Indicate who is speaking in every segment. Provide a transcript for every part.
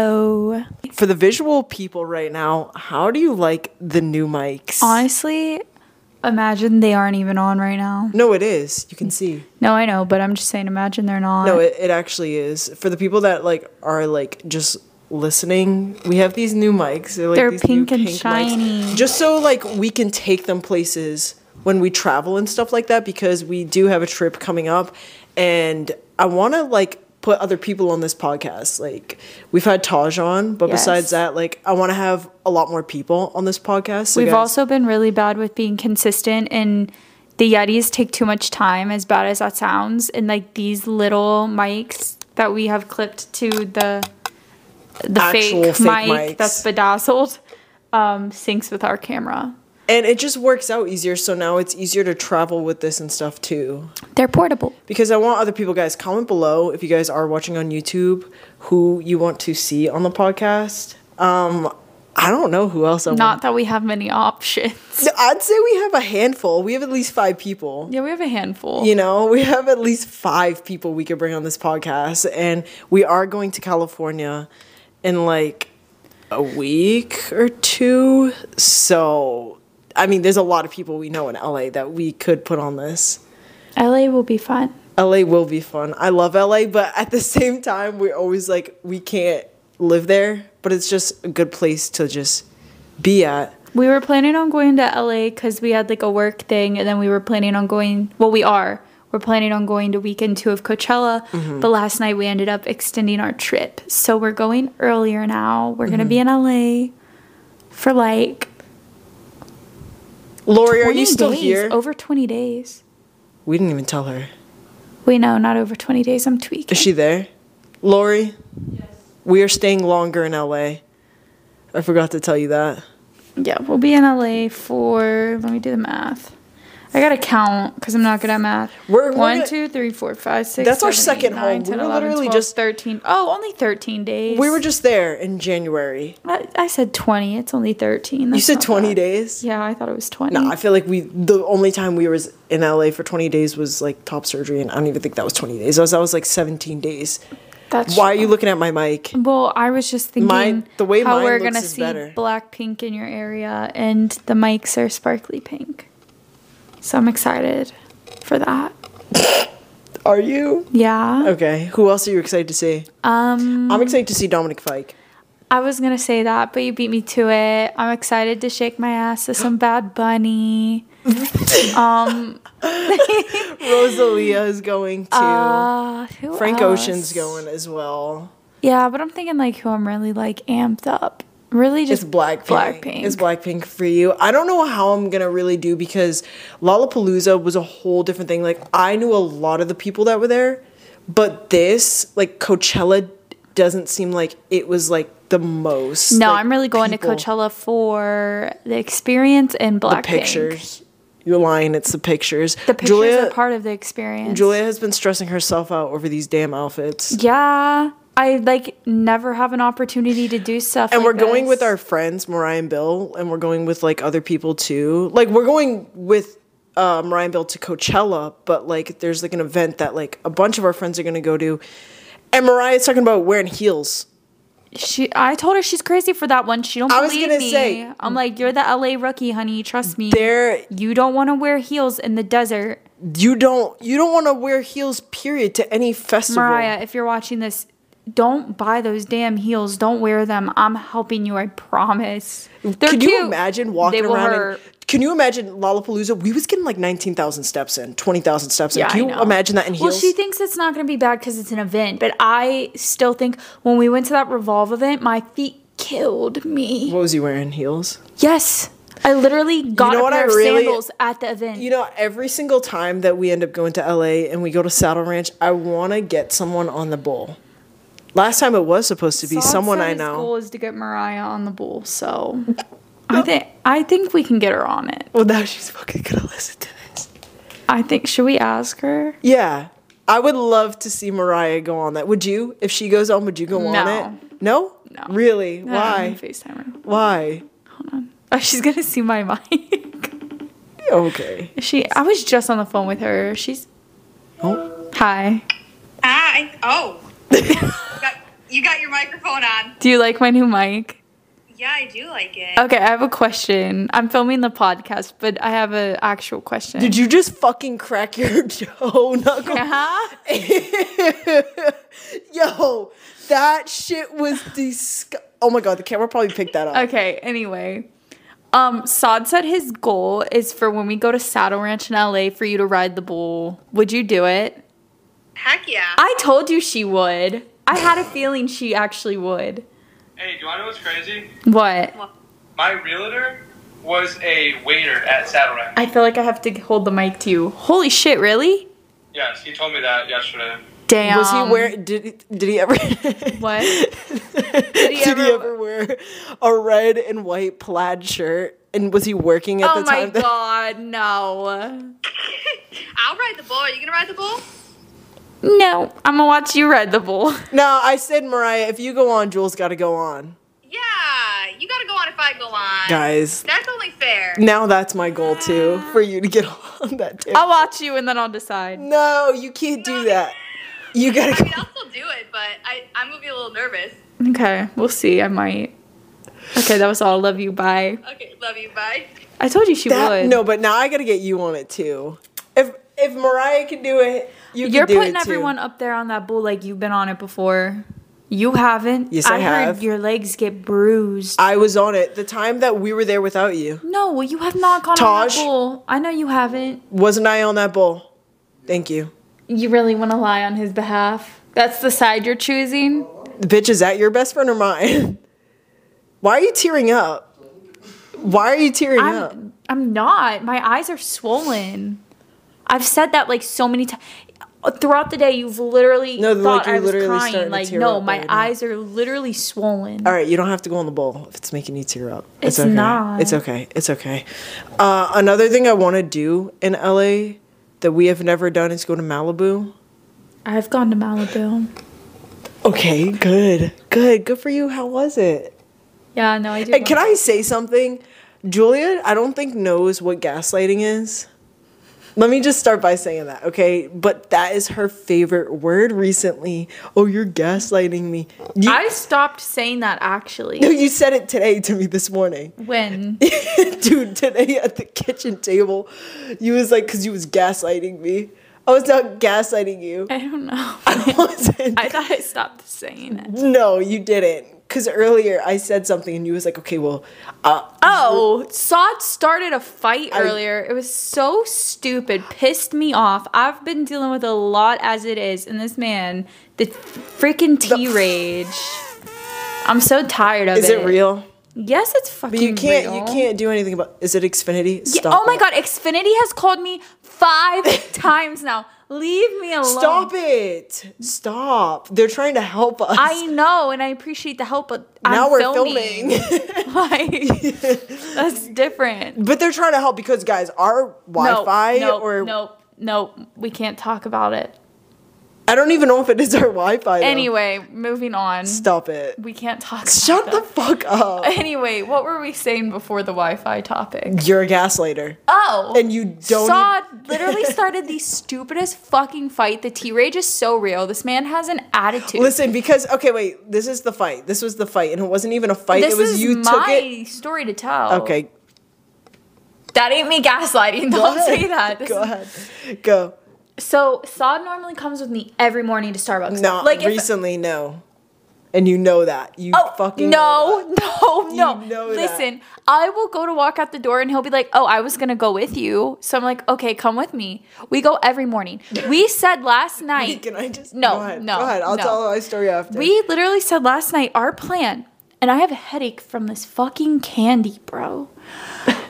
Speaker 1: Hello.
Speaker 2: For the visual people right now, how do you like the new mics?
Speaker 1: Honestly, imagine they aren't even on right now.
Speaker 2: no, it is. You can see.
Speaker 1: No, I know, but I'm just saying, imagine they're not.
Speaker 2: No, it, it actually is. For the people that like are like just listening, we have these new mics. They're, like,
Speaker 1: They're
Speaker 2: these
Speaker 1: pink and shiny.
Speaker 2: Just so like we can take them places when we travel and stuff like that because we do have a trip coming up and I want to like put other people on this podcast. Like we've had Taj on, but
Speaker 1: Yes.
Speaker 2: besides that, like I want to have a lot more people on this podcast. So
Speaker 1: We've
Speaker 2: guys-
Speaker 1: also been really bad with being consistent, and the Yetis take too much time, as bad as that sounds. And like these little mics that we have clipped to the the
Speaker 2: Actual
Speaker 1: fake,
Speaker 2: fake
Speaker 1: mic
Speaker 2: mics.
Speaker 1: that's bedazzled um, syncs with our camera.
Speaker 2: and it just works out easier. So now it's easier to travel with this and stuff too.
Speaker 1: They're portable.
Speaker 2: because I want other people guys comment below if you guys are watching on YouTube who you want to see on the podcast. Um I don't know who else I
Speaker 1: Not that we have many options.
Speaker 2: want. I'd say we have a handful. We have at least 5 people.
Speaker 1: Yeah, we have a handful.
Speaker 2: You know, we have at least 5 people we could bring on this podcast and we are going to California in like a week or two. So, I mean, there's a lot of people we know in LA that we could put on this.
Speaker 1: LA will be fun.
Speaker 2: LA will be fun. I love LA, but at the same time, we're always like, we can't live there, but it's just a good place to just be at.
Speaker 1: We were planning on going to LA because we had like a work thing, and then we were planning on going. Well, we are. We're planning on going to weekend two of Coachella,
Speaker 2: Mm-hmm.
Speaker 1: but last night we ended up extending our trip. So we're going earlier now. We're gonna
Speaker 2: Mm-hmm.
Speaker 1: be in LA for like
Speaker 2: Lori, are you
Speaker 1: 20
Speaker 2: still
Speaker 1: days, Oh.
Speaker 2: here?
Speaker 1: Over twenty days.
Speaker 2: We didn't even tell her.
Speaker 1: Wait, no, not over twenty days. I'm tweaking.
Speaker 2: Is she there? Lori? Yes. We are staying longer in LA. I forgot to tell you that.
Speaker 1: yeah, we'll be in LA for. Let me do the math. I gotta count because I'm not good at math.
Speaker 2: We're- we're
Speaker 1: One,
Speaker 2: gonna-
Speaker 1: two, three, four, five, six,
Speaker 2: That's our
Speaker 1: seven, eight,
Speaker 2: second
Speaker 1: nine,
Speaker 2: home. We
Speaker 1: 10,
Speaker 2: were
Speaker 1: 11,
Speaker 2: literally
Speaker 1: 12,
Speaker 2: just-
Speaker 1: thirteen. Oh, only thirteen days.
Speaker 2: We were just there in January.
Speaker 1: I, I said twenty. It's only thirteen.
Speaker 2: You
Speaker 1: That's
Speaker 2: said
Speaker 1: not
Speaker 2: 20
Speaker 1: bad.
Speaker 2: days?
Speaker 1: Yeah, I thought it was twenty.
Speaker 2: No, I feel like we the only time we was in LA for 20 days was like top surgery and I don't even think that was 20 days. That was, that was like 17 days.
Speaker 1: That's
Speaker 2: Why are
Speaker 1: true.
Speaker 2: you looking at my mic?
Speaker 1: Well, I was just thinking
Speaker 2: Mine- the way
Speaker 1: how
Speaker 2: mine
Speaker 1: we're
Speaker 2: looks
Speaker 1: gonna
Speaker 2: is
Speaker 1: see
Speaker 2: better.
Speaker 1: black pink in your area, and the mics are sparkly pink. So I'm excited for that.
Speaker 2: Are you?
Speaker 1: Yeah.
Speaker 2: Okay. Who else are you excited to see? Um I'm excited to see Dominic Fike.
Speaker 1: I was gonna say that, but you beat me to it. I'm excited to shake my ass to some Bad Bunny. um,
Speaker 2: Rosalia is going to.
Speaker 1: uh, who
Speaker 2: Frank
Speaker 1: else?
Speaker 2: Ocean's going as well.
Speaker 1: Yeah, but I'm thinking like who I'm really like amped up. Really,
Speaker 2: It's
Speaker 1: just
Speaker 2: Blackpink.
Speaker 1: Blackpink.
Speaker 2: It's Blackpink for you. I don't know how I'm gonna really do because Lollapalooza was a whole different thing. Like I knew a lot of the people that were there, but this like Coachella doesn't seem like it was like the most.
Speaker 1: no,
Speaker 2: like,
Speaker 1: I'm really going
Speaker 2: people.
Speaker 1: to Coachella for the experience and
Speaker 2: The
Speaker 1: Blackpink.
Speaker 2: pictures. You're lying. It's the pictures.
Speaker 1: The pictures
Speaker 2: Julia,
Speaker 1: are part of the experience.
Speaker 2: Julia has been stressing herself out over these damn outfits.
Speaker 1: Yeah, I like never have an opportunity to do stuff.
Speaker 2: and
Speaker 1: like
Speaker 2: we're going with
Speaker 1: this.
Speaker 2: our friends Mariah and Bill, and we're going with like other people too. Like we're going with uh, Mariah and Bill to Coachella, but like there's like an event that like a bunch of our friends are gonna go to, and Mariah's talking about wearing heels.
Speaker 1: She, I told her she's crazy for that one. She don't
Speaker 2: I was
Speaker 1: believe
Speaker 2: gonna
Speaker 1: me.
Speaker 2: say-
Speaker 1: I'm like, you're the LA rookie, honey. Trust me.
Speaker 2: There,
Speaker 1: you don't want to wear heels in the desert,
Speaker 2: you don't you don't want to wear heels. Period to any festival.
Speaker 1: Mariah. If you're watching this, don't buy those damn heels. Don't wear them. I'm helping you. I promise. They're
Speaker 2: can
Speaker 1: cute.
Speaker 2: you imagine walking
Speaker 1: They will
Speaker 2: around?
Speaker 1: hurt.
Speaker 2: And, can you imagine Lollapalooza? We was getting like nineteen thousand steps in, twenty thousand steps in.
Speaker 1: Yeah, I
Speaker 2: can you
Speaker 1: know.
Speaker 2: imagine that in heels?
Speaker 1: Well, she thinks it's not going to be bad because it's an event, but I still think when we went to that Revolve event, my feet killed me.
Speaker 2: what was he wearing? Heels.
Speaker 1: Yes, I literally got
Speaker 2: know
Speaker 1: a
Speaker 2: what
Speaker 1: pair
Speaker 2: I
Speaker 1: of
Speaker 2: really-
Speaker 1: sandals at the event.
Speaker 2: You know, every single time that we end up going to LA and we go to Saddle Ranch, I want to get someone on the bull. Last time it was supposed to be
Speaker 1: Saad
Speaker 2: someone
Speaker 1: said
Speaker 2: I
Speaker 1: his
Speaker 2: know.
Speaker 1: goal is to get Mariah on the bull, so I think I think we can get her on it.
Speaker 2: Well, now she's fucking gonna listen to this.
Speaker 1: I think should we ask her?
Speaker 2: Yeah, I would love to see Mariah go on that. Would you? If she goes on, would you go on
Speaker 1: No.
Speaker 2: it? No.
Speaker 1: No.
Speaker 2: Really?
Speaker 1: Nah, I'm
Speaker 2: Why?
Speaker 1: gonna FaceTime her.
Speaker 2: Why?
Speaker 1: Oh, she's gonna see my mic.
Speaker 2: Okay.
Speaker 1: she. I was just on the phone with her. She's.
Speaker 2: Oh.
Speaker 1: Hi.
Speaker 3: Hi. Oh. Got You got your microphone on.
Speaker 1: Do you like my new mic?
Speaker 3: Yeah, I do like it.
Speaker 1: Okay, I have a question. I'm filming the podcast, but I have an actual question.
Speaker 2: Did you just fucking crack your toe knuckle?
Speaker 1: Yeah?
Speaker 2: Yo, that shit was disgusting. Oh my god, the camera probably picked that up.
Speaker 1: Okay, anyway. Um, Saad said his goal is for when we go to Saddle Ranch in LA for you to ride the bull. Would you do it?
Speaker 3: Heck yeah.
Speaker 1: I told you she would. I had a feeling she actually would.
Speaker 4: Hey, do you want to know what's crazy?
Speaker 1: What?
Speaker 4: My realtor was a waiter at Saddle Ranch.
Speaker 1: I feel like I have to hold the mic to you. Holy shit, really?
Speaker 4: Yes, he told me that yesterday.
Speaker 1: Damn.
Speaker 2: Was he wearing? Did did he ever?
Speaker 1: Um, What?
Speaker 2: did he ever, wear a red and white plaid shirt? And was he working at
Speaker 1: Oh
Speaker 2: the
Speaker 1: my
Speaker 2: time? that-
Speaker 1: god, no.
Speaker 3: I'll ride the bull. Are you gonna ride the bull?
Speaker 1: No, I'm gonna watch you ride the bull.
Speaker 2: No, I said Mariah. If you go on, Jules got to go on,
Speaker 3: Yeah. You gotta go on if I go on.
Speaker 2: guys.
Speaker 3: That's only fair.
Speaker 2: Now that's my goal too, for you to get on that. Tip.
Speaker 1: I'll watch you and then I'll decide.
Speaker 2: No, you can't do that. You
Speaker 3: I
Speaker 2: gotta.
Speaker 3: mean,
Speaker 2: Go.
Speaker 3: I'll still do it, but I, I'm gonna be a little nervous.
Speaker 1: Okay, we'll see. I might. Okay, that was all. Love you. Bye.
Speaker 3: Okay, love you. Bye.
Speaker 1: I told you she
Speaker 2: That,
Speaker 1: would.
Speaker 2: no, but now I gotta get you on it too. If if Mariah can do it, you can
Speaker 1: You're
Speaker 2: do
Speaker 1: putting
Speaker 2: it too.
Speaker 1: everyone up there on that bull like you've been on it before. You haven't.
Speaker 2: Yes, I
Speaker 1: heard
Speaker 2: have.
Speaker 1: your legs get bruised.
Speaker 2: I was on it the time that we were there without you.
Speaker 1: no, well, you have not gone on that
Speaker 2: Taj?
Speaker 1: bull. I know you haven't.
Speaker 2: Wasn't I on that bowl? Thank you.
Speaker 1: You really want to lie on his behalf. That's the side you're choosing.
Speaker 2: Bitch, is that your best friend or mine? Why are you tearing up? Why are you tearing up?
Speaker 1: I'm, I'm not. My eyes are swollen. I've said that like so many times. Throughout the day, you've literally
Speaker 2: No,
Speaker 1: thought
Speaker 2: like,
Speaker 1: I
Speaker 2: you're
Speaker 1: was
Speaker 2: literally starting
Speaker 1: crying.
Speaker 2: to
Speaker 1: Like,
Speaker 2: tear
Speaker 1: no,
Speaker 2: up
Speaker 1: my
Speaker 2: right now.
Speaker 1: eyes are literally swollen.
Speaker 2: All right, you don't have to go on the bowl if it's making you tear up.
Speaker 1: It's
Speaker 2: okay.
Speaker 1: not.
Speaker 2: It's okay. It's okay. Uh, another thing I want to do in LA that we have never done is go to Malibu.
Speaker 1: I've gone to Malibu.
Speaker 2: Okay, good. Good. Good for you. How was it?
Speaker 1: Yeah, no, I do.
Speaker 2: And can
Speaker 1: want-
Speaker 2: I say something? Julia, I don't think knows what gaslighting is. Let me just start by saying that, okay? But that is her favorite word recently. Oh, you're gaslighting me. You,
Speaker 1: I stopped saying that
Speaker 2: no,
Speaker 1: actually.
Speaker 2: you said it today to me this morning.
Speaker 1: When
Speaker 2: Dude, today at the kitchen table, you was like, because you was gaslighting me. I was not gaslighting you.
Speaker 1: I don't know.
Speaker 2: I wasn't.
Speaker 1: I thought I stopped saying it.
Speaker 2: no, you didn't. Because earlier I said something and you was like, okay, well, uh,
Speaker 1: Oh, Sod started a fight
Speaker 2: I-
Speaker 1: earlier. It was so stupid, pissed me off. I've been dealing with a lot as it is, and this man, the freaking T rage. I'm so tired of
Speaker 2: is
Speaker 1: it.
Speaker 2: it real?
Speaker 1: Yes, it's fucking.
Speaker 2: But you can't
Speaker 1: real.
Speaker 2: you can't do anything about is it Xfinity?
Speaker 1: Yeah,
Speaker 2: Stop.
Speaker 1: oh my
Speaker 2: it.
Speaker 1: god, Xfinity has called me five times now. Leave me alone.
Speaker 2: Stop it. Stop. They're trying to help us.
Speaker 1: I know, and I appreciate the help, but
Speaker 2: now
Speaker 1: I'm
Speaker 2: we're
Speaker 1: filming.
Speaker 2: filming.
Speaker 1: like, that's different.
Speaker 2: but they're trying to help because guys, our
Speaker 1: No,
Speaker 2: Wi-Fi
Speaker 1: no,
Speaker 2: or
Speaker 1: no, no, we can't talk about it.
Speaker 2: I don't even know if it is our Wi-Fi. though.
Speaker 1: Anyway, moving on.
Speaker 2: Stop it.
Speaker 1: We can't talk.
Speaker 2: Shut the
Speaker 1: about
Speaker 2: fuck up.
Speaker 1: that. Anyway, what were we saying before the Wi-Fi topic?
Speaker 2: You're a gaslighter.
Speaker 1: Oh,
Speaker 2: And you don't
Speaker 1: Saw
Speaker 2: e-
Speaker 1: literally started the stupidest fucking fight. The T rage is so real. This man has an attitude.
Speaker 2: Listen, because okay, wait. This is the fight. This was the fight, and it wasn't even a fight.
Speaker 1: this
Speaker 2: it was
Speaker 1: is
Speaker 2: you
Speaker 1: my
Speaker 2: took it.
Speaker 1: story to tell.
Speaker 2: Okay,
Speaker 1: that ain't me gaslighting.
Speaker 2: go
Speaker 1: Don't
Speaker 2: ahead.
Speaker 1: say that. This
Speaker 2: Go
Speaker 1: is-
Speaker 2: ahead. Go.
Speaker 1: So Saad normally comes with me every morning to Starbucks.
Speaker 2: No,
Speaker 1: like if-
Speaker 2: recently, no. And you know that. You
Speaker 1: Oh
Speaker 2: fucking know
Speaker 1: no,
Speaker 2: that.
Speaker 1: no,
Speaker 2: You
Speaker 1: no!
Speaker 2: know that.
Speaker 1: Listen, I will go to walk out the door, and he'll be like, "Oh, I was gonna go with you." So I'm like, "Okay, come with me." We go every morning. We said last night.
Speaker 2: Can I just
Speaker 1: No,
Speaker 2: Go ahead.
Speaker 1: no,
Speaker 2: Go ahead. I'll
Speaker 1: no.
Speaker 2: tell my story after.
Speaker 1: We literally said last night our plan, and I have a headache from this fucking candy, bro.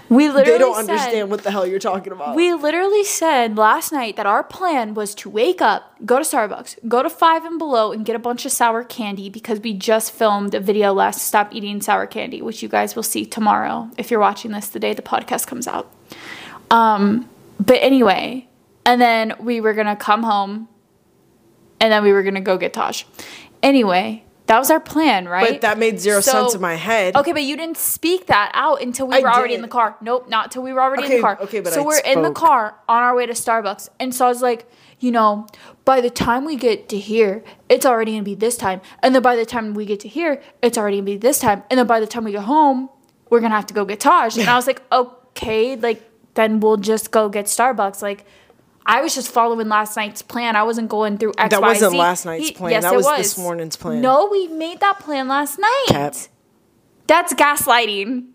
Speaker 1: We literally
Speaker 2: they don't
Speaker 1: said-
Speaker 2: understand what the hell you're talking about.
Speaker 1: We literally said last night that our plan was to wake up, go to Starbucks, go to Five and Below, and get a bunch of sour candy because we just filmed a video last Stop Eating Sour Candy, which you guys will see tomorrow if you're watching this the day the podcast comes out. Um, but anyway, and then we were gonna come home, and then we were gonna go get Taj. Anyway, that was our plan, right?
Speaker 2: but that made zero
Speaker 1: So-
Speaker 2: sense in my head.
Speaker 1: Okay, but you didn't speak that out until we
Speaker 2: I
Speaker 1: were already in
Speaker 2: did.
Speaker 1: the car. Nope, not till we were already in
Speaker 2: Okay,
Speaker 1: the car.
Speaker 2: okay, but
Speaker 1: so
Speaker 2: I
Speaker 1: we're in the
Speaker 2: spoke.
Speaker 1: car on our way to Starbucks, and so I was like, you know, by the time we get to here, it's already gonna be this time. And then by the time we get to here, it's already gonna be this time. And then by the time we get home, we're gonna have to go get Taj. And I was like, okay, like then we'll just go get Starbucks. Like I was just following last night's plan. I wasn't going through X,
Speaker 2: That
Speaker 1: Y,
Speaker 2: wasn't
Speaker 1: Z.
Speaker 2: last night's plan. That
Speaker 1: it
Speaker 2: was this morning's plan.
Speaker 1: No, we made that plan last night.
Speaker 2: Cap.
Speaker 1: That's gaslighting.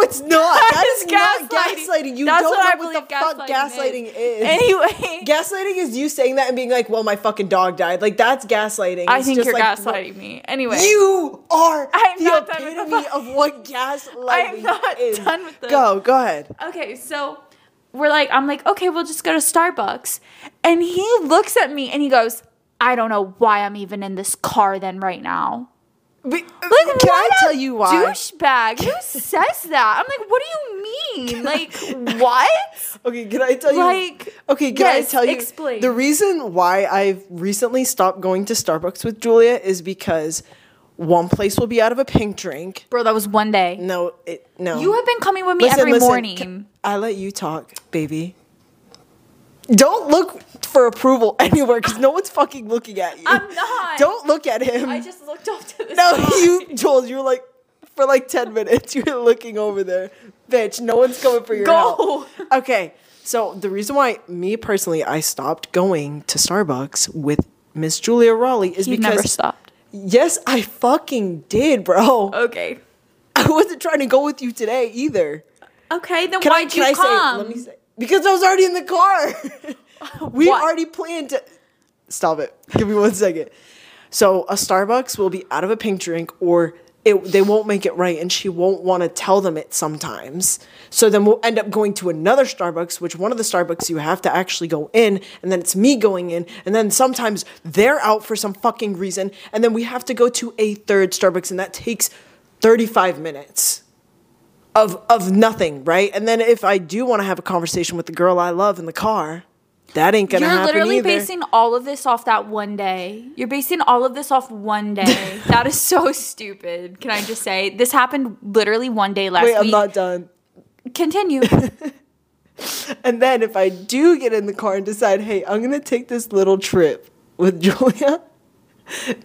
Speaker 2: it's not. That is not
Speaker 1: gaslighting.
Speaker 2: gaslighting. You
Speaker 1: That's
Speaker 2: don't
Speaker 1: what I
Speaker 2: know what the
Speaker 1: believe
Speaker 2: fuck
Speaker 1: gaslighting
Speaker 2: gaslighting is.
Speaker 1: Anyway,
Speaker 2: gaslighting is you saying that and being like, "Well, my fucking dog died." Like that's gaslighting.
Speaker 1: I
Speaker 2: It's
Speaker 1: think
Speaker 2: just
Speaker 1: you're
Speaker 2: like,
Speaker 1: gaslighting me. Anyway,
Speaker 2: You are
Speaker 1: I'm
Speaker 2: the
Speaker 1: not done with the
Speaker 2: epitome
Speaker 1: fuck-
Speaker 2: of what gaslighting
Speaker 1: I'm not
Speaker 2: is.
Speaker 1: done with this.
Speaker 2: Go, go ahead.
Speaker 1: okay, so we're like, I'm like, okay, we'll just go to Starbucks. And he looks at me and he goes, I don't know why I'm even in this car then right now. Like,
Speaker 2: Be- can I
Speaker 1: what a
Speaker 2: tell you why?
Speaker 1: Douchebag. Who says that? I'm like, what do you mean? Like, what?
Speaker 2: Okay, can I tell you?
Speaker 1: Like,
Speaker 2: okay, can
Speaker 1: yes,
Speaker 2: I tell you?
Speaker 1: explain.
Speaker 2: The reason why I've recently stopped going to Starbucks with Julia is because one place will be out of a pink drink.
Speaker 1: Bro, that was one day.
Speaker 2: No, it, no.
Speaker 1: You have been coming with me
Speaker 2: Listen,
Speaker 1: every
Speaker 2: listen,
Speaker 1: morning.
Speaker 2: can- I let you talk, baby. Don't look for approval anywhere because no one's fucking looking at you.
Speaker 1: I'm not.
Speaker 2: Don't look at him.
Speaker 1: I just looked off to the
Speaker 2: No,
Speaker 1: side.
Speaker 2: you told you were like for like ten minutes. You were looking over there, bitch. No one's coming for your
Speaker 1: Go.
Speaker 2: help. Okay, so the reason why me personally I stopped going to Starbucks with Miss Julia Raleigh is
Speaker 1: You
Speaker 2: because
Speaker 1: never stopped.
Speaker 2: yes, I fucking did, bro.
Speaker 1: Okay.
Speaker 2: I wasn't trying to go with you today either.
Speaker 1: Okay, then
Speaker 2: Can
Speaker 1: why'd
Speaker 2: I? Can
Speaker 1: you
Speaker 2: I
Speaker 1: come?
Speaker 2: say? Let me say because I was already in the car. we
Speaker 1: What?
Speaker 2: already planned to. Stop it. Give me one second. So a Starbucks will be out of a pink drink, or it, they won't make it right, and she won't want to tell them it sometimes. So then we'll end up going to another Starbucks, which one of the Starbucks you have to actually go in, and then it's me going in, and then sometimes they're out for some fucking reason, and then we have to go to a third Starbucks, and that takes thirty-five minutes of of nothing, right? And then if I do want to have a conversation with the girl I love in the car, that ain't gonna
Speaker 1: You're
Speaker 2: happen
Speaker 1: literally
Speaker 2: either.
Speaker 1: basing all of this off that one day. You're basing all of this off one day. that is so stupid. Can I just say this happened literally one day last
Speaker 2: Wait, I'm
Speaker 1: week?
Speaker 2: not done.
Speaker 1: Continue.
Speaker 2: And then if I do get in the car and decide, hey, I'm gonna take this little trip with Julia,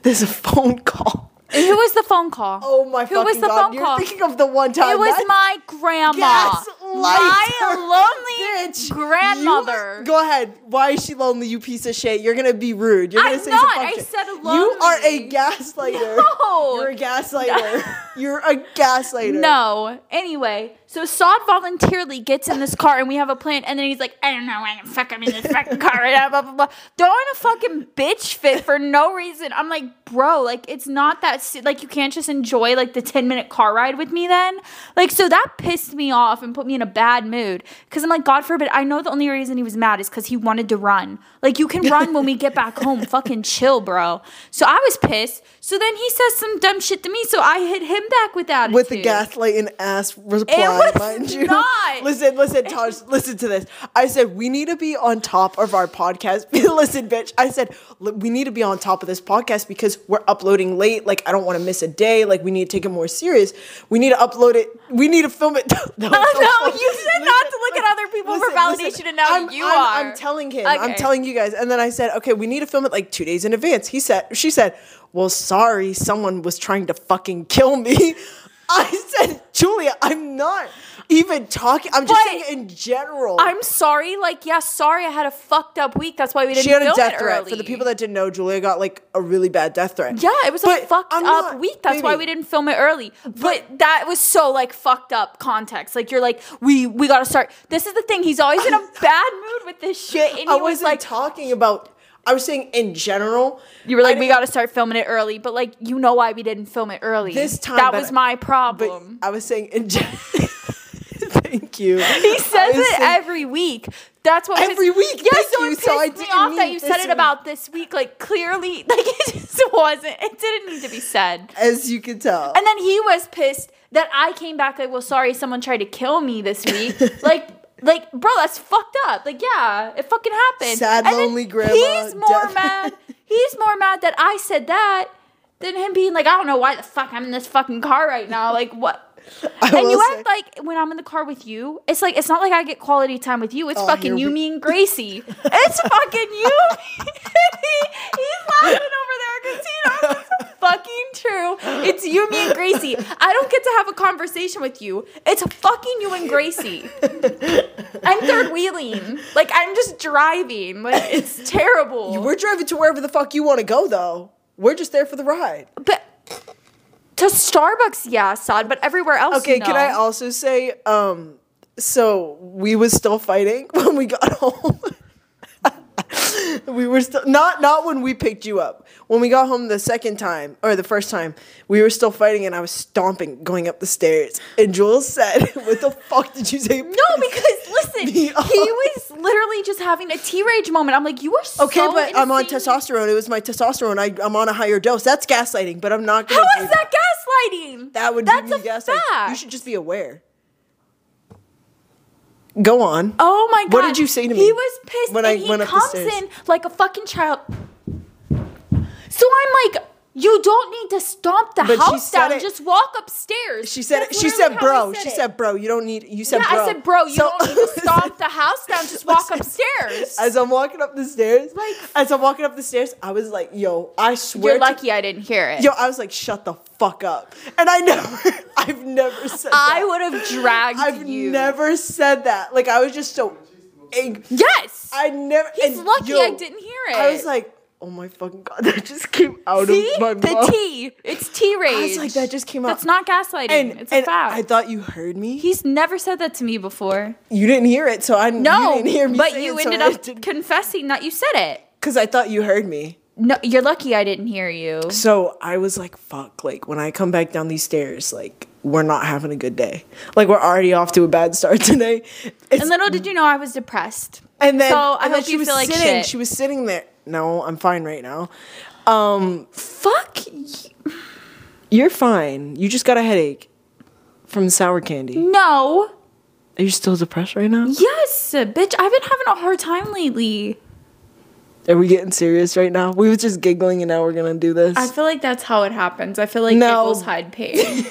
Speaker 2: there's a phone call.
Speaker 1: Who was the phone call?
Speaker 2: Oh my
Speaker 1: Who
Speaker 2: fucking
Speaker 1: was the
Speaker 2: god!
Speaker 1: phone
Speaker 2: You're
Speaker 1: call?
Speaker 2: thinking of the one time
Speaker 1: it was
Speaker 2: that-
Speaker 1: my grandma.
Speaker 2: Gaslighter.
Speaker 1: My lonely
Speaker 2: Bitch,
Speaker 1: grandmother.
Speaker 2: you- go ahead. Why is she lonely, you piece of shit? You're gonna be rude. You're gonna
Speaker 1: I'm
Speaker 2: say
Speaker 1: not.
Speaker 2: some
Speaker 1: I
Speaker 2: function.
Speaker 1: said
Speaker 2: You are
Speaker 1: lonely.
Speaker 2: a gaslighter.
Speaker 1: No.
Speaker 2: You're a gaslighter. You're a gaslighter.
Speaker 1: No. Anyway, so Sod voluntarily gets in this car and we have a plan, and then he's like, I don't know, I'm fucking in this fucking car right now, blah, blah, blah. Throwing a fucking bitch fit for no reason. I'm like, bro, like, it's not that, se- like, you can't just enjoy, like, the 10 minute car ride with me then. Like, so that pissed me off and put me in a bad mood because I'm like, God forbid, I know the only reason he was mad is because he wanted to run. Like, you can run when we get back home. Fucking chill, bro. So I was pissed. So then he says some dumb shit to me, so I hit him back with attitude.
Speaker 2: With the gaslighting ass reply,
Speaker 1: was
Speaker 2: mind you.
Speaker 1: not.
Speaker 2: Listen, listen, Taj, listen to this. I said we need to be on top of our podcast. listen, bitch. I said "L- we need to be on top of this podcast because we're uploading late. Like I don't want to miss a day. Like we need to take it more serious. We need to upload it. We need to film it.
Speaker 1: no, you
Speaker 2: no,
Speaker 1: said not to look at other people for validation, and now
Speaker 2: I'm,
Speaker 1: you
Speaker 2: I'm-
Speaker 1: are.
Speaker 2: I'm telling him.
Speaker 1: Okay.
Speaker 2: I'm telling you guys. And then I said, okay, we need to film it like two days in advance. He said, she said, well, sorry, someone was trying to fucking kill me. I said, Julia, I'm not even talking. I'm just
Speaker 1: But
Speaker 2: saying in general.
Speaker 1: I'm sorry. Like, yeah, sorry, I had a fucked up week. That's why we didn't.
Speaker 2: she had a
Speaker 1: film
Speaker 2: death
Speaker 1: it
Speaker 2: threat.
Speaker 1: early.
Speaker 2: For the people that didn't know, Julia got like a really bad death threat.
Speaker 1: Yeah, it was a
Speaker 2: But
Speaker 1: fucked
Speaker 2: I'm
Speaker 1: up
Speaker 2: not-
Speaker 1: week. That's why
Speaker 2: baby,
Speaker 1: we didn't film it early. But, that was so like fucked up context. Like you're like we we gotta start. This is the thing. He's always in a bad mood with this shit, and he
Speaker 2: I
Speaker 1: was
Speaker 2: wasn't
Speaker 1: like,
Speaker 2: talking about. I was saying in general.
Speaker 1: you were
Speaker 2: I
Speaker 1: like, we
Speaker 2: didn't-
Speaker 1: gotta start filming it early. But like, you know why we didn't film it early?
Speaker 2: This time,
Speaker 1: that
Speaker 2: but-
Speaker 1: was my
Speaker 2: But
Speaker 1: problem.
Speaker 2: I was saying in general. Thank you.
Speaker 1: He says it every week. That's what
Speaker 2: Every week?
Speaker 1: Yeah,
Speaker 2: Thank
Speaker 1: so
Speaker 2: you.
Speaker 1: it pissed
Speaker 2: So I
Speaker 1: me
Speaker 2: didn't
Speaker 1: off that
Speaker 2: mean
Speaker 1: you
Speaker 2: this
Speaker 1: said it
Speaker 2: week.
Speaker 1: about this week. Like clearly, like it just wasn't. It didn't need to be said.
Speaker 2: as you can tell.
Speaker 1: And then he was pissed that I came back like, well, sorry, someone tried to kill me this week. like, like, bro, that's fucked up. Like, yeah, it fucking happened.
Speaker 2: Sad,
Speaker 1: And then
Speaker 2: lonely grandma,
Speaker 1: He's more
Speaker 2: death-
Speaker 1: mad. He's more mad that I said that than him being like, I don't know why the fuck I'm in this fucking car right now. Like what?
Speaker 2: I
Speaker 1: and
Speaker 2: will
Speaker 1: you
Speaker 2: say-
Speaker 1: act like when I'm in the car with you, it's like it's not like I get quality time with you. It's
Speaker 2: Oh,
Speaker 1: fucking you,
Speaker 2: here we-
Speaker 1: me, and Gracie. It's fucking you. He's laughing over there because he knows it's fucking true. It's you, me, and Gracie. I don't get to have a conversation with you. It's fucking you and Gracie. I'm third wheeling. Like I'm just driving. Like it's terrible.
Speaker 2: We're driving to wherever the fuck you want to go, though. We're just there for the ride.
Speaker 1: but to Starbucks, yeah, Sad, but everywhere else.
Speaker 2: Okay,
Speaker 1: no.
Speaker 2: can I also say, um, so we was still fighting when we got home. we were still not not when we picked you up. When we got home the second time or the first time, we were still fighting and I was stomping going up the stairs. And Jules said, What the fuck did you say?
Speaker 1: No, because listen,
Speaker 2: Me
Speaker 1: he
Speaker 2: off.
Speaker 1: was literally just having a T rage moment. I'm like, you are so
Speaker 2: Okay, but I'm on
Speaker 1: insanely-
Speaker 2: testosterone. It was my testosterone. I, I'm on a higher dose. That's gaslighting, but I'm not gonna
Speaker 1: How
Speaker 2: do
Speaker 1: is that gaslighting?
Speaker 2: That would
Speaker 1: That's
Speaker 2: be
Speaker 1: a
Speaker 2: me gaslighting.
Speaker 1: fact.
Speaker 2: You should just be aware. Go on.
Speaker 1: Oh my god!
Speaker 2: What did you say to me
Speaker 1: He was pissed,
Speaker 2: when
Speaker 1: and
Speaker 2: I
Speaker 1: he
Speaker 2: went up the
Speaker 1: comes
Speaker 2: stairs?
Speaker 1: in like a fucking child. So I'm like, you don't need to stomp the
Speaker 2: But she
Speaker 1: house
Speaker 2: said
Speaker 1: down.
Speaker 2: it-
Speaker 1: Just walk upstairs.
Speaker 2: She said.
Speaker 1: That's
Speaker 2: She
Speaker 1: literally
Speaker 2: said,
Speaker 1: how
Speaker 2: "Bro."
Speaker 1: he
Speaker 2: she
Speaker 1: it.
Speaker 2: said, "Bro." You don't need. You said,
Speaker 1: Yeah,
Speaker 2: "Bro."
Speaker 1: I said, bro, you
Speaker 2: So-
Speaker 1: don't need to stomp the house down. Just walk upstairs.
Speaker 2: As I'm walking up the stairs,
Speaker 1: Like-
Speaker 2: as I'm walking up the stairs, I was like, "Yo, I swear."
Speaker 1: You're
Speaker 2: to-
Speaker 1: lucky I didn't hear it.
Speaker 2: yo, I was like, "Shut the fuck up," and I never, I've never said.
Speaker 1: I
Speaker 2: that.
Speaker 1: would have dragged
Speaker 2: I've
Speaker 1: you.
Speaker 2: never said that. Like I was just so. ang-
Speaker 1: Yes.
Speaker 2: I never.
Speaker 1: He's
Speaker 2: and,
Speaker 1: lucky
Speaker 2: yo,
Speaker 1: I didn't hear it.
Speaker 2: I was like, "Oh my fucking god!" That just came out
Speaker 1: See
Speaker 2: of my
Speaker 1: the
Speaker 2: mouth.
Speaker 1: T. It's T rage.
Speaker 2: I was like, "That just came out."
Speaker 1: That's not gaslighting.
Speaker 2: And,
Speaker 1: it's
Speaker 2: and
Speaker 1: a fact.
Speaker 2: I thought you heard me.
Speaker 1: He's never said that to me before.
Speaker 2: you didn't hear it, so I
Speaker 1: No,
Speaker 2: You didn't hear me
Speaker 1: but
Speaker 2: say
Speaker 1: you
Speaker 2: it, so
Speaker 1: ended
Speaker 2: I
Speaker 1: up
Speaker 2: didn't-
Speaker 1: confessing that you said it.
Speaker 2: Because I thought you heard me.
Speaker 1: No, you're lucky I didn't hear you.
Speaker 2: So I was like, fuck, like when I come back down these stairs, like we're not having a good day. Like we're already off to a bad start today. It's-
Speaker 1: And little did you know I was depressed.
Speaker 2: and then,
Speaker 1: so I
Speaker 2: and then
Speaker 1: hope
Speaker 2: she
Speaker 1: you
Speaker 2: was
Speaker 1: feel like
Speaker 2: sitting,
Speaker 1: shit.
Speaker 2: she was sitting there. No, I'm fine right now. Um,
Speaker 1: Fuck. y-
Speaker 2: you're fine. You just got a headache from sour candy.
Speaker 1: No.
Speaker 2: Are you still depressed right now?
Speaker 1: Yes, bitch. I've been having a hard time lately.
Speaker 2: Are we getting serious right now? We were just giggling and now we're gonna do this.
Speaker 1: I feel like that's how it happens. I feel like
Speaker 2: No.
Speaker 1: giggles hide pain.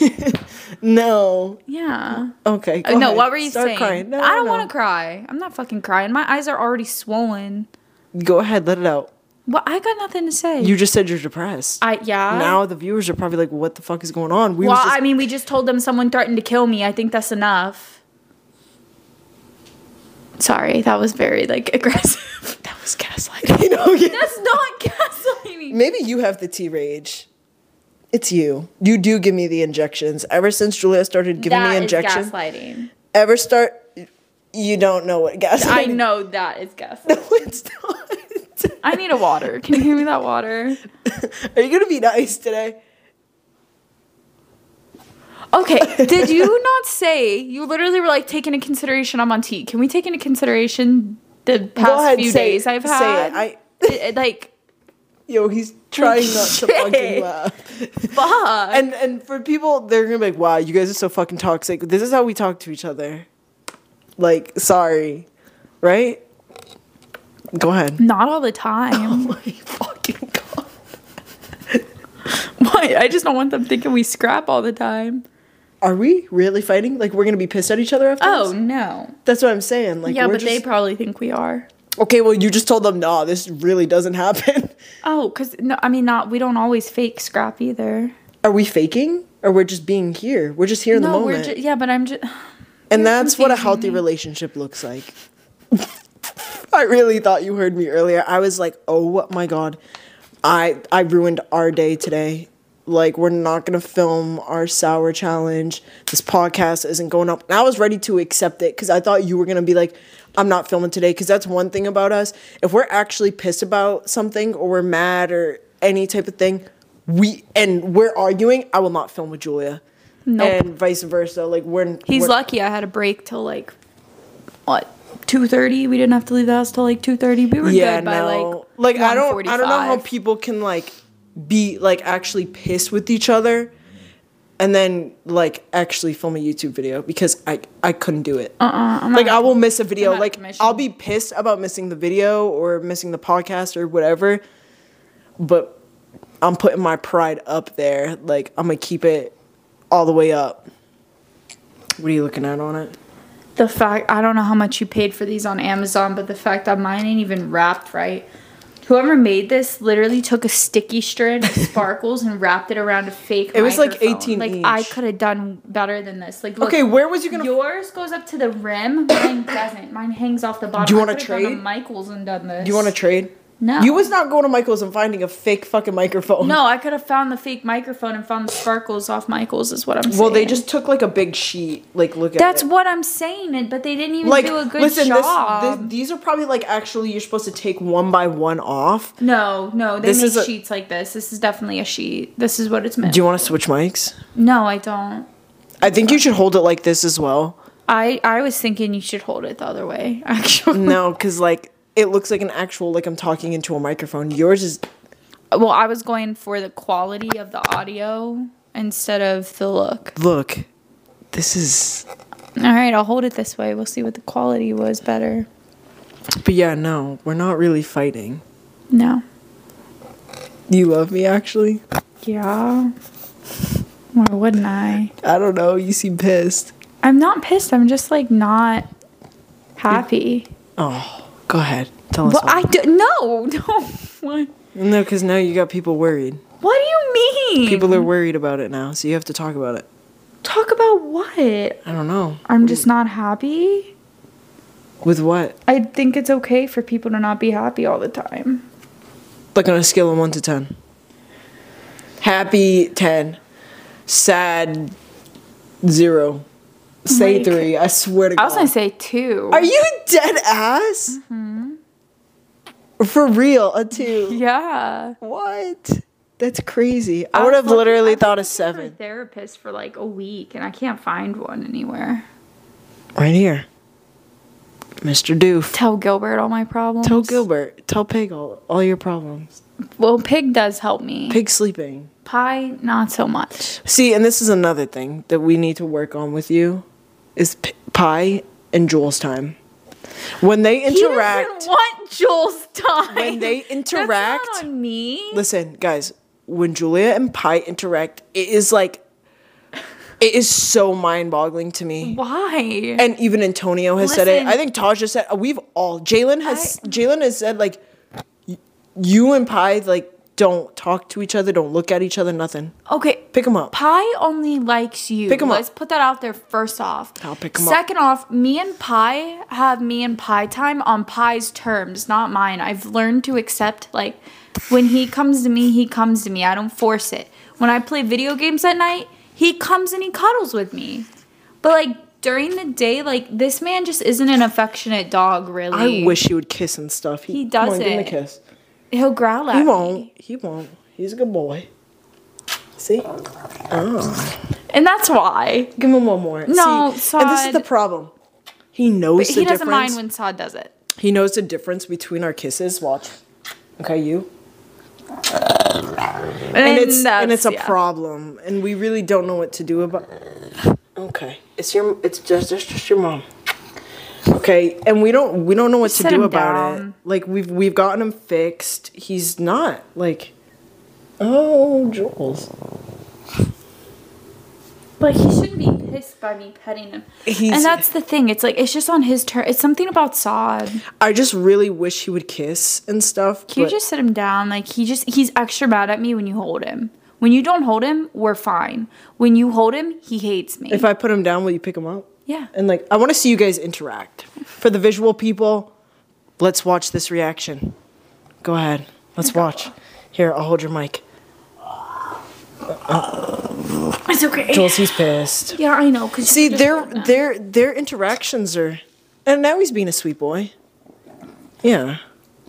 Speaker 2: no.
Speaker 1: yeah.
Speaker 2: Okay.
Speaker 1: Uh,
Speaker 2: go
Speaker 1: no,
Speaker 2: ahead.
Speaker 1: what were you
Speaker 2: Start
Speaker 1: saying?
Speaker 2: Crying. No,
Speaker 1: I don't
Speaker 2: no.
Speaker 1: want to cry. I'm not fucking crying. My eyes are already swollen.
Speaker 2: Go ahead, let it out.
Speaker 1: Well, I got nothing to say.
Speaker 2: You just said you're depressed.
Speaker 1: I yeah.
Speaker 2: now the viewers are probably like, "What the fuck is going on?" We
Speaker 1: well,
Speaker 2: was just,
Speaker 1: I mean, we just told them someone threatened to kill me. I think that's enough. Sorry, that was very like aggressive.
Speaker 2: that was gaslighting. You know, yeah.
Speaker 1: that's not gaslighting.
Speaker 2: Maybe you have the T rage. It's you. You do give me the injections. Ever since Julia started giving
Speaker 1: That
Speaker 2: me
Speaker 1: is
Speaker 2: injections,
Speaker 1: gaslighting.
Speaker 2: ever start, you don't know what gaslighting.
Speaker 1: I know that is gaslighting.
Speaker 2: No, it's not.
Speaker 1: I need a water. Can you give me that water?
Speaker 2: Are you gonna be nice today?
Speaker 1: Okay, did you not say you literally were like taking into consideration I'm on tea? Can we take into consideration the past
Speaker 2: ahead,
Speaker 1: few
Speaker 2: say
Speaker 1: days
Speaker 2: it.
Speaker 1: I've
Speaker 2: Say
Speaker 1: had?
Speaker 2: it. I-
Speaker 1: It- it, like
Speaker 2: Yo, he's trying not to fucking
Speaker 1: Shit.
Speaker 2: laugh.
Speaker 1: fuck.
Speaker 2: And and for people, they're gonna be like, "Wow, you guys are so fucking toxic." This is how we talk to each other. Like, sorry, right? Go ahead.
Speaker 1: not all the time.
Speaker 2: my fucking god.
Speaker 1: Why? I just don't want them thinking we scrap all the time.
Speaker 2: Are we really fighting? Like we're gonna be pissed at each other after
Speaker 1: Oh
Speaker 2: this?
Speaker 1: no.
Speaker 2: That's what I'm saying. Like
Speaker 1: yeah,
Speaker 2: we're
Speaker 1: but they
Speaker 2: just-
Speaker 1: probably think we are.
Speaker 2: Okay, well you just told them nah, this really doesn't happen.
Speaker 1: Oh, cause no, I mean not. We don't always fake scrap either.
Speaker 2: Are we faking? Or we're just being here. We're just here in the
Speaker 1: no,
Speaker 2: moment.
Speaker 1: we're just yeah, but I'm just.
Speaker 2: and that's what a healthy relationship looks like. I really thought you heard me earlier. I was like, "Oh my god. I I ruined our day today. Like we're not going to film our sour challenge. This podcast isn't going up." And I was ready to accept it cuz I thought you were going to be like, "I'm not filming today" cuz that's one thing about us. If we're actually pissed about something or we're mad or any type of thing, we and we're arguing, I will not film with Julia.
Speaker 1: Nope.
Speaker 2: And vice versa. Like we're
Speaker 1: He's
Speaker 2: we're-
Speaker 1: lucky. I had a break till like what two thirty. We didn't have to leave the house till like two thirty. We were good by like
Speaker 2: like I don't I don't know how
Speaker 1: 1:45.
Speaker 2: people can like be like actually pissed with each other and then like actually film a YouTube video because I I couldn't do it.
Speaker 1: Uh-uh, I'm
Speaker 2: like
Speaker 1: not-
Speaker 2: I will miss a video.
Speaker 1: I'm not
Speaker 2: Like
Speaker 1: commissioned.
Speaker 2: I'll be pissed about missing the video or missing the podcast or whatever. But I'm putting my pride up there. Like I'm gonna keep it all the way up. What are you looking at on it?
Speaker 1: The fact I don't know how much you paid for these on Amazon, but the fact that mine ain't even wrapped right. Whoever made this literally took a sticky strand of sparkles and wrapped it around a fake.
Speaker 2: It was like
Speaker 1: microphone.
Speaker 2: 18
Speaker 1: Like
Speaker 2: each.
Speaker 1: I could have done better than this. Like look,
Speaker 2: Okay, where was you gonna?
Speaker 1: yours goes up to the rim. Mine doesn't. Mine hangs off the bottom.
Speaker 2: Do you
Speaker 1: I
Speaker 2: wanna
Speaker 1: could've gone to
Speaker 2: trade?
Speaker 1: Michaels and done this.
Speaker 2: do you want to trade?
Speaker 1: No.
Speaker 2: You was not going to Michael's and finding a fake fucking microphone.
Speaker 1: No, I could have found the fake microphone and found the sparkles off Michaels. Is what I'm saying.
Speaker 2: Well, they just took like a big sheet. Like look at
Speaker 1: That's
Speaker 2: it.
Speaker 1: what I'm saying, and- but they didn't even
Speaker 2: like
Speaker 1: do a good
Speaker 2: listen, this-
Speaker 1: job.
Speaker 2: this- these are probably like actually you're supposed to take one by one off.
Speaker 1: no, no, they
Speaker 2: this
Speaker 1: make
Speaker 2: is a-
Speaker 1: sheets like this. This is definitely a sheet. This is what it's meant.
Speaker 2: Do you want to switch mics?
Speaker 1: no, I don't.
Speaker 2: I think you should hold it like this as well.
Speaker 1: I I was thinking you should hold it the other way. Actually,
Speaker 2: No, because like it looks like an actual like I'm talking into a microphone. Yours is
Speaker 1: well, I was going for the quality of the audio instead of the look.
Speaker 2: look. This is.
Speaker 1: All right, I'll hold it this way. We'll see what the quality was better.
Speaker 2: But yeah, no, we're not really fighting.
Speaker 1: No.
Speaker 2: You love me, actually.
Speaker 1: Yeah. Why wouldn't I?
Speaker 2: I don't know. You seem pissed.
Speaker 1: I'm not pissed. I'm just like not happy.
Speaker 2: Oh, go ahead. Tell us.
Speaker 1: But
Speaker 2: all.
Speaker 1: I do no no. What?
Speaker 2: no, because now you got people worried.
Speaker 1: What do you mean?
Speaker 2: People are worried about it now, so you have to talk about it.
Speaker 1: talk about what?
Speaker 2: I don't know.
Speaker 1: I'm just not happy.
Speaker 2: With what?
Speaker 1: I think it's okay for people to not be happy all the time.
Speaker 2: Like on a scale of one to ten. Happy ten, sad zero. Say
Speaker 1: Like-
Speaker 2: three. I swear to God.
Speaker 1: I was gonna say Mm-hmm. two.
Speaker 2: Are you dead ass? For real, a two.
Speaker 1: yeah.
Speaker 2: What? That's crazy. I
Speaker 1: I
Speaker 2: would
Speaker 1: was
Speaker 2: have
Speaker 1: looking-
Speaker 2: literally
Speaker 1: I was
Speaker 2: thought a
Speaker 1: looking For a
Speaker 2: seven.
Speaker 1: therapist for like a week, and I can't find one anywhere.
Speaker 2: Right here. Mr. Doof.
Speaker 1: Tell Gilbert all my problems.
Speaker 2: Tell Gilbert. Tell Pig all, all your problems.
Speaker 1: Well, Pig does help me.
Speaker 2: Pig sleeping.
Speaker 1: Pie, not so much.
Speaker 2: See, and this is another thing that we need to work on with you is P- Pie and Jules time. When they
Speaker 1: He
Speaker 2: interact,
Speaker 1: doesn't want Jules time.
Speaker 2: When they interact-
Speaker 1: That's not on me.
Speaker 2: listen, guys, when Julia and Pie interact, it is like it is so mind-boggling to me.
Speaker 1: Why?
Speaker 2: and even Antonio has said it.
Speaker 1: Listen.
Speaker 2: I think Taja said we've all. Jalen has
Speaker 1: I-
Speaker 2: Jalen has said like y- you and Pi like don't talk to each other, don't look at each other, nothing.
Speaker 1: okay,
Speaker 2: Pick him up.
Speaker 1: Pie only likes you.
Speaker 2: Pick 'em up.
Speaker 1: Let's put that out there first off.
Speaker 2: I'll pick 'em up.
Speaker 1: Second off, me and Pie have me and Pie time on Pie's terms, not mine. I've learned to accept like when he comes to me, he comes to me. I don't force it. When I play video games at night, he comes and he cuddles with me. But like during the day, like this man just isn't an affectionate dog, really.
Speaker 2: I wish he would kiss and stuff.
Speaker 1: He
Speaker 2: come on, Give him a
Speaker 1: doesn't.
Speaker 2: kiss.
Speaker 1: he'll growl at
Speaker 2: He
Speaker 1: me.
Speaker 2: won't. He won't. He's a good boy. See,
Speaker 1: And that's why.
Speaker 2: give him one more.
Speaker 1: Ah. No,
Speaker 2: See, and this is
Speaker 1: Sod.
Speaker 2: the problem. He knows
Speaker 1: But he
Speaker 2: the
Speaker 1: doesn't
Speaker 2: difference.
Speaker 1: mind when Sod does it.
Speaker 2: he knows the difference between our kisses. Watch. Okay, you.
Speaker 1: And,
Speaker 2: and it's and
Speaker 1: that's-
Speaker 2: it's a
Speaker 1: yeah.
Speaker 2: problem, and we really don't know what to do about. Okay, it's your it's just it's just your mom. Okay, and we don't we don't know what to
Speaker 1: set
Speaker 2: do
Speaker 1: him
Speaker 2: about
Speaker 1: down.
Speaker 2: it. Like we've we've gotten him fixed. He's not like, oh Jules.
Speaker 1: But he shouldn't be pissed by me petting him.
Speaker 2: He's-
Speaker 1: and that's the thing. It's like it's just on his turn. It's something about Sod. Can
Speaker 2: I just really wish he would kiss and stuff.
Speaker 1: you
Speaker 2: but
Speaker 1: just sit him down? Like he just he's extra mad at me when you hold him. When you don't hold him, we're fine. When you hold him, he hates me.
Speaker 2: if I put him down, will you pick him up?
Speaker 1: yeah.
Speaker 2: And like, I want to see you guys interact. For the visual people, let's watch this reaction. Go ahead. Let's watch. Here, I'll hold your mic.
Speaker 1: It's okay.
Speaker 2: Jules, he's pissed.
Speaker 1: yeah, I know. Cause
Speaker 2: See,
Speaker 1: you're just
Speaker 2: their
Speaker 1: holding him.
Speaker 2: their their interactions are, and now he's being a sweet boy. Yeah,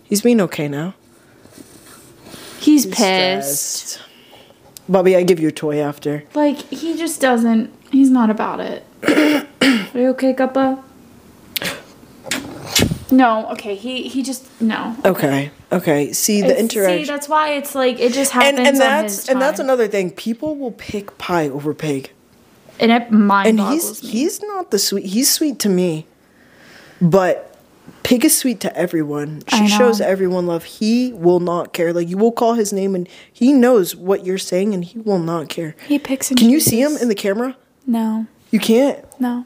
Speaker 2: he's being okay now.
Speaker 1: he's pissed.
Speaker 2: Stressed. Bobby, I give you a toy after.
Speaker 1: Like he just doesn't. He's not about it. Are you okay, Guppa? No. Okay. He he just no.
Speaker 2: Okay, okay. See the
Speaker 1: It's-
Speaker 2: interaction.
Speaker 1: See, that's why it's like it just happens.
Speaker 2: and and
Speaker 1: on his
Speaker 2: that's and that's
Speaker 1: time.
Speaker 2: another thing. People will pick pie over pig.
Speaker 1: and it mind
Speaker 2: and
Speaker 1: boggles
Speaker 2: he's
Speaker 1: me.
Speaker 2: he's not the sweet he's sweet to me but Pig is sweet to everyone. She
Speaker 1: I
Speaker 2: shows
Speaker 1: know.
Speaker 2: everyone love. He will not care. Like you will call his name and he knows what you're saying and he will not care.
Speaker 1: He picks and
Speaker 2: Can you see him
Speaker 1: chooses.
Speaker 2: in the camera?
Speaker 1: No,
Speaker 2: You can't.
Speaker 1: no.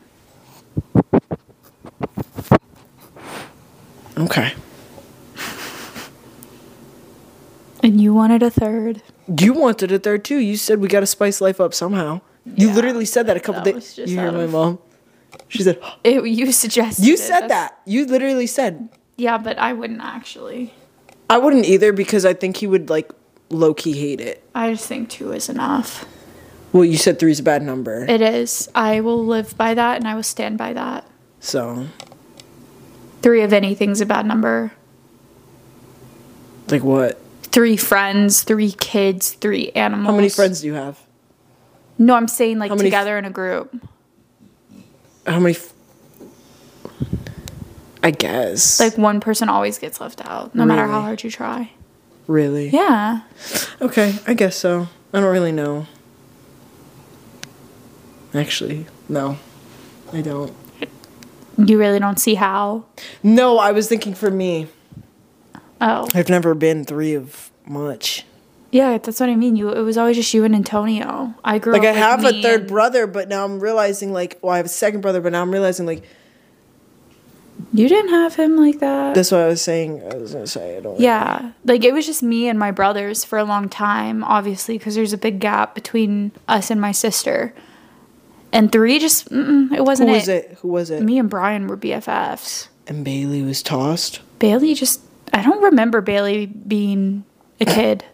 Speaker 2: Okay.
Speaker 1: And you wanted a third.
Speaker 2: You wanted it there too. You said we got to spice life up somehow. You literally said that a couple
Speaker 1: that was
Speaker 2: days.
Speaker 1: just
Speaker 2: You hear
Speaker 1: out
Speaker 2: my
Speaker 1: of-
Speaker 2: mom? She said,
Speaker 1: It, you suggested.
Speaker 2: "You
Speaker 1: it.
Speaker 2: said
Speaker 1: That's-
Speaker 2: that. You literally said."
Speaker 1: Yeah, but I wouldn't actually.
Speaker 2: I wouldn't either because I think he would like low key hate it.
Speaker 1: I just think two is enough.
Speaker 2: Well, you said three's a bad number,
Speaker 1: It is. I will live by that and I will stand by that.
Speaker 2: so
Speaker 1: Three of anything's a bad number.
Speaker 2: like what?
Speaker 1: Three friends, three kids, three animals.
Speaker 2: How many friends do you have?
Speaker 1: No, I'm saying like
Speaker 2: How many f-
Speaker 1: together in a group.
Speaker 2: How many? F- I guess.
Speaker 1: Like one person always gets left out, no matter how
Speaker 2: Really?
Speaker 1: hard you try.
Speaker 2: really?
Speaker 1: Yeah.
Speaker 2: Okay, I guess so. I don't really know. Actually, no, I don't.
Speaker 1: You really don't see how.
Speaker 2: No, I was thinking for me.
Speaker 1: Oh.
Speaker 2: I've never been three of much.
Speaker 1: Yeah, that's what I mean. You it was always just you and Antonio. I grew
Speaker 2: Like
Speaker 1: up
Speaker 2: I
Speaker 1: with
Speaker 2: have
Speaker 1: me
Speaker 2: a third
Speaker 1: and-
Speaker 2: brother, but now I'm realizing like, well, I have a second brother, but now I'm realizing like
Speaker 1: You didn't have him like that.
Speaker 2: that's what I was saying. I was gonna say I don't.
Speaker 1: Yeah. Like it was just me and my brothers for a long time, obviously, because there's a big gap between us and my sister. And three just, mm-mm, it
Speaker 2: Who
Speaker 1: wasn't
Speaker 2: was it? Who was it?
Speaker 1: Me and Brian were BFFs.
Speaker 2: And Bailey was tossed.
Speaker 1: Bailey just, I don't remember Bailey being a kid.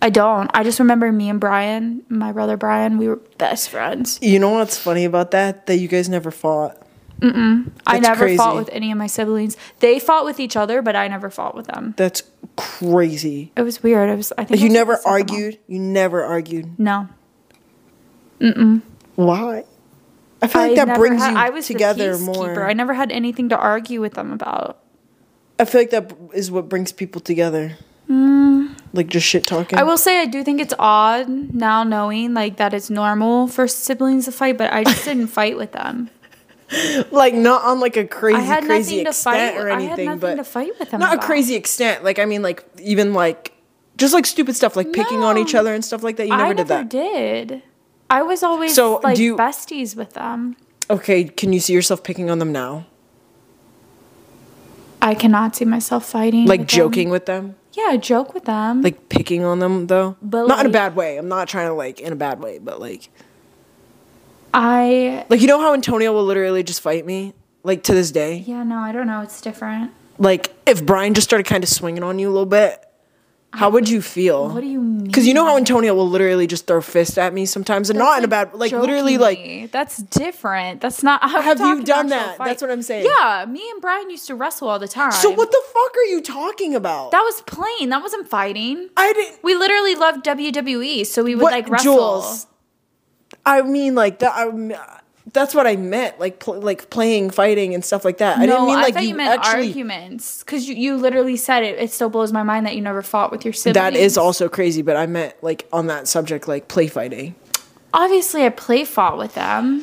Speaker 1: I don't. I just remember me and Brian, my brother Brian, we were best friends.
Speaker 2: You know what's funny about that? That you guys never fought.
Speaker 1: I
Speaker 2: That's
Speaker 1: never fought
Speaker 2: crazy.
Speaker 1: with any of my siblings. They fought with each other, but I never fought with them.
Speaker 2: That's crazy.
Speaker 1: It was weird. It was, I think
Speaker 2: Like you
Speaker 1: I was like
Speaker 2: never
Speaker 1: the second one.
Speaker 2: argued. You never argued.
Speaker 1: No.
Speaker 2: Why? I feel like
Speaker 1: I
Speaker 2: that
Speaker 1: never
Speaker 2: brings
Speaker 1: had-
Speaker 2: you
Speaker 1: I was the
Speaker 2: together
Speaker 1: peacekeeper.
Speaker 2: more.
Speaker 1: I never had anything to argue with them about.
Speaker 2: I feel like that is what brings people together. Like just shit talking.
Speaker 1: Mm. I will say I do think it's odd now knowing like that it's normal for siblings to fight, but I just didn't fight with them.
Speaker 2: like not on like a crazy
Speaker 1: I had
Speaker 2: crazy
Speaker 1: nothing to
Speaker 2: extent
Speaker 1: fight.
Speaker 2: or
Speaker 1: with- I had
Speaker 2: anything,
Speaker 1: nothing
Speaker 2: but
Speaker 1: to fight with them.
Speaker 2: not a
Speaker 1: about.
Speaker 2: crazy extent. Like I mean, like even like just like stupid stuff, like picking on each
Speaker 1: No.
Speaker 2: other and stuff like that. You never
Speaker 1: I
Speaker 2: did
Speaker 1: never
Speaker 2: that.
Speaker 1: did. I was always
Speaker 2: So,
Speaker 1: like
Speaker 2: do you-
Speaker 1: besties with them.
Speaker 2: Okay, can you see yourself picking on them now?
Speaker 1: I cannot see myself fighting.
Speaker 2: Like
Speaker 1: with them.
Speaker 2: joking with them,
Speaker 1: Yeah, joke with them. Like
Speaker 2: like picking on them though.
Speaker 1: But,
Speaker 2: not in a
Speaker 1: like-
Speaker 2: bad way. I'm not trying to like in a bad way, but like
Speaker 1: I.
Speaker 2: like you know how Antonio will literally just fight me. Like to this day,
Speaker 1: Yeah, no, I don't know. It's different.
Speaker 2: like if Brian just started kind of swinging on you a little bit, how would you feel?
Speaker 1: What do you mean?
Speaker 2: Because you know how Antonio will literally just throw fists at me sometimes, and not in a bad, like literally, like
Speaker 1: jokingly. that's different. That's not. I'm
Speaker 2: Have you
Speaker 1: talking
Speaker 2: done
Speaker 1: actual
Speaker 2: that? That's what I'm saying.
Speaker 1: Yeah, me and Brian used to wrestle all the time.
Speaker 2: So what the fuck are you talking about?
Speaker 1: That was plain. That wasn't fighting.
Speaker 2: I didn't.
Speaker 1: We literally loved WWE, so we would
Speaker 2: What-
Speaker 1: like wrestle.
Speaker 2: Jules. I mean, like that. I'm, that's what I meant, like pl- like playing, fighting, and stuff like that. I didn't
Speaker 1: no,
Speaker 2: mean
Speaker 1: I
Speaker 2: like
Speaker 1: thought
Speaker 2: you,
Speaker 1: you, meant
Speaker 2: actually.
Speaker 1: arguments because you, you literally said it. It still blows my mind that you never fought with your siblings.
Speaker 2: That is also crazy, but I meant like on that subject, like play fighting.
Speaker 1: obviously I play fought with them.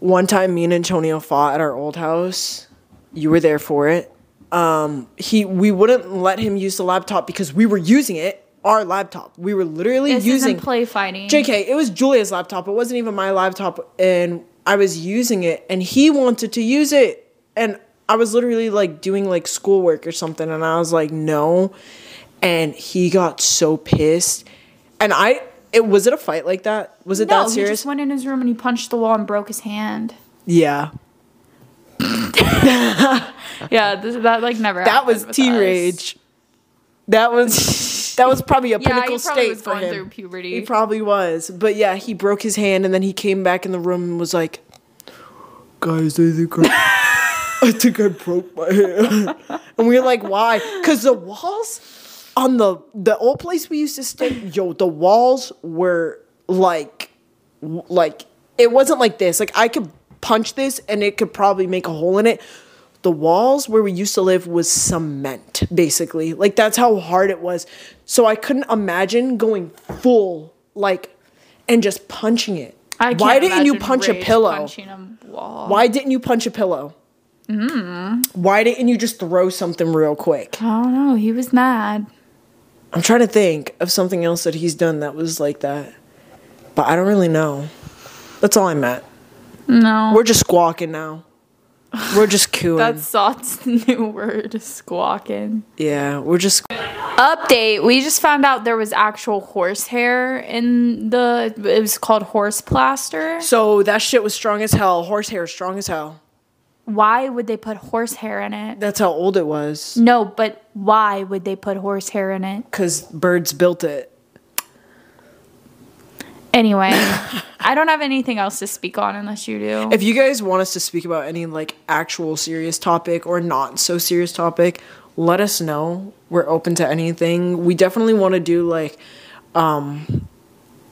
Speaker 2: One time, me and Antonio fought at our old house. You were there for it. Um, he we wouldn't let him use the laptop because we were using it, our laptop. We were literally
Speaker 1: This
Speaker 2: using
Speaker 1: isn't play fighting.
Speaker 2: JK, it was Julia's laptop. It wasn't even my laptop. And I was using it, and he wanted to use it. And I was literally like doing like schoolwork or something. And I was like, no. And he got so pissed. And I, it was it a fight like that? Was it
Speaker 1: no,
Speaker 2: that
Speaker 1: he
Speaker 2: serious?
Speaker 1: just went in his room and he punched the wall and broke his hand.
Speaker 2: yeah.
Speaker 1: Yeah, this, that like never.
Speaker 2: That was T rage. That was that was probably a
Speaker 1: Yeah,
Speaker 2: pinnacle
Speaker 1: he probably
Speaker 2: state
Speaker 1: was
Speaker 2: for
Speaker 1: going
Speaker 2: him.
Speaker 1: through puberty.
Speaker 2: He probably was, but yeah, he broke his hand, and then he came back in the room and was like, "Guys, I think I, I think I broke my hand." And we were like, "Why?" Because the walls on the the old place we used to stay, yo, the walls were like, w- like it wasn't like this. Like I could punch this, and it could probably make a hole in it. The walls where we used to live was cement, basically. Like that's how hard it was. So I couldn't imagine going full, like, and just punching it.
Speaker 1: I can't
Speaker 2: Why didn't you
Speaker 1: imagine
Speaker 2: punch a
Speaker 1: rage
Speaker 2: pillow?
Speaker 1: Punching a wall.
Speaker 2: Why didn't you punch a pillow? Why didn't you just throw something real quick?
Speaker 1: I don't know. He was mad.
Speaker 2: I'm trying to think of something else that he's done that was like that, but I don't really know. That's all I'm at.
Speaker 1: No.
Speaker 2: We're just squawking now. We're just cooing.
Speaker 1: That's Sot's new word, squawking.
Speaker 2: yeah, we're just
Speaker 1: Update. We just found out there was actual horsehair in the. It was called horse plaster.
Speaker 2: So that shit was strong as hell. Horsehair is strong as hell.
Speaker 1: Why would they put horsehair in it?
Speaker 2: That's how old it was.
Speaker 1: No, but why would they put horsehair in it?
Speaker 2: Cause birds built it.
Speaker 1: Anyway, I don't have anything else to speak on unless you do.
Speaker 2: If you guys want us to speak about any like actual serious topic or not so serious topic, let us know. We're open to anything. We definitely want to do like um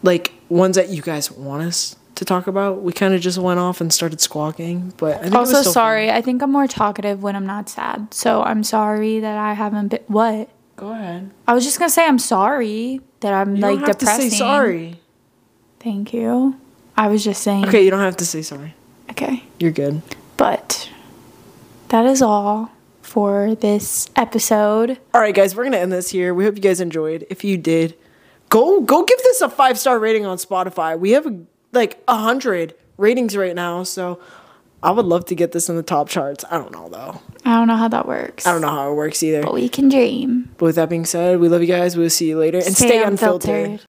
Speaker 2: like ones that you guys want us to talk about. We kind of just went off and started squawking, but I think it was
Speaker 1: also,
Speaker 2: still
Speaker 1: sorry. I think I'm more talkative when I'm not sad. So I'm sorry that I haven't been. What?
Speaker 2: fun. Go ahead.
Speaker 1: I was just gonna say I'm sorry that I'm
Speaker 2: You
Speaker 1: like
Speaker 2: don't have
Speaker 1: depressing.
Speaker 2: to say sorry.
Speaker 1: Thank you. I was just saying.
Speaker 2: Okay, you don't have to say sorry.
Speaker 1: Okay.
Speaker 2: You're good.
Speaker 1: But that is all for this episode.
Speaker 2: All right, guys, we're gonna end this here. We hope you guys enjoyed. If you did, go go give this a five star rating on Spotify. We have like a hundred ratings right now, so I would love to get this in the top charts. I don't know though.
Speaker 1: I don't know how that works.
Speaker 2: I don't know how it works either.
Speaker 1: But we can dream.
Speaker 2: But with that being said, we love you guys. We'll see you later and stay unfiltered.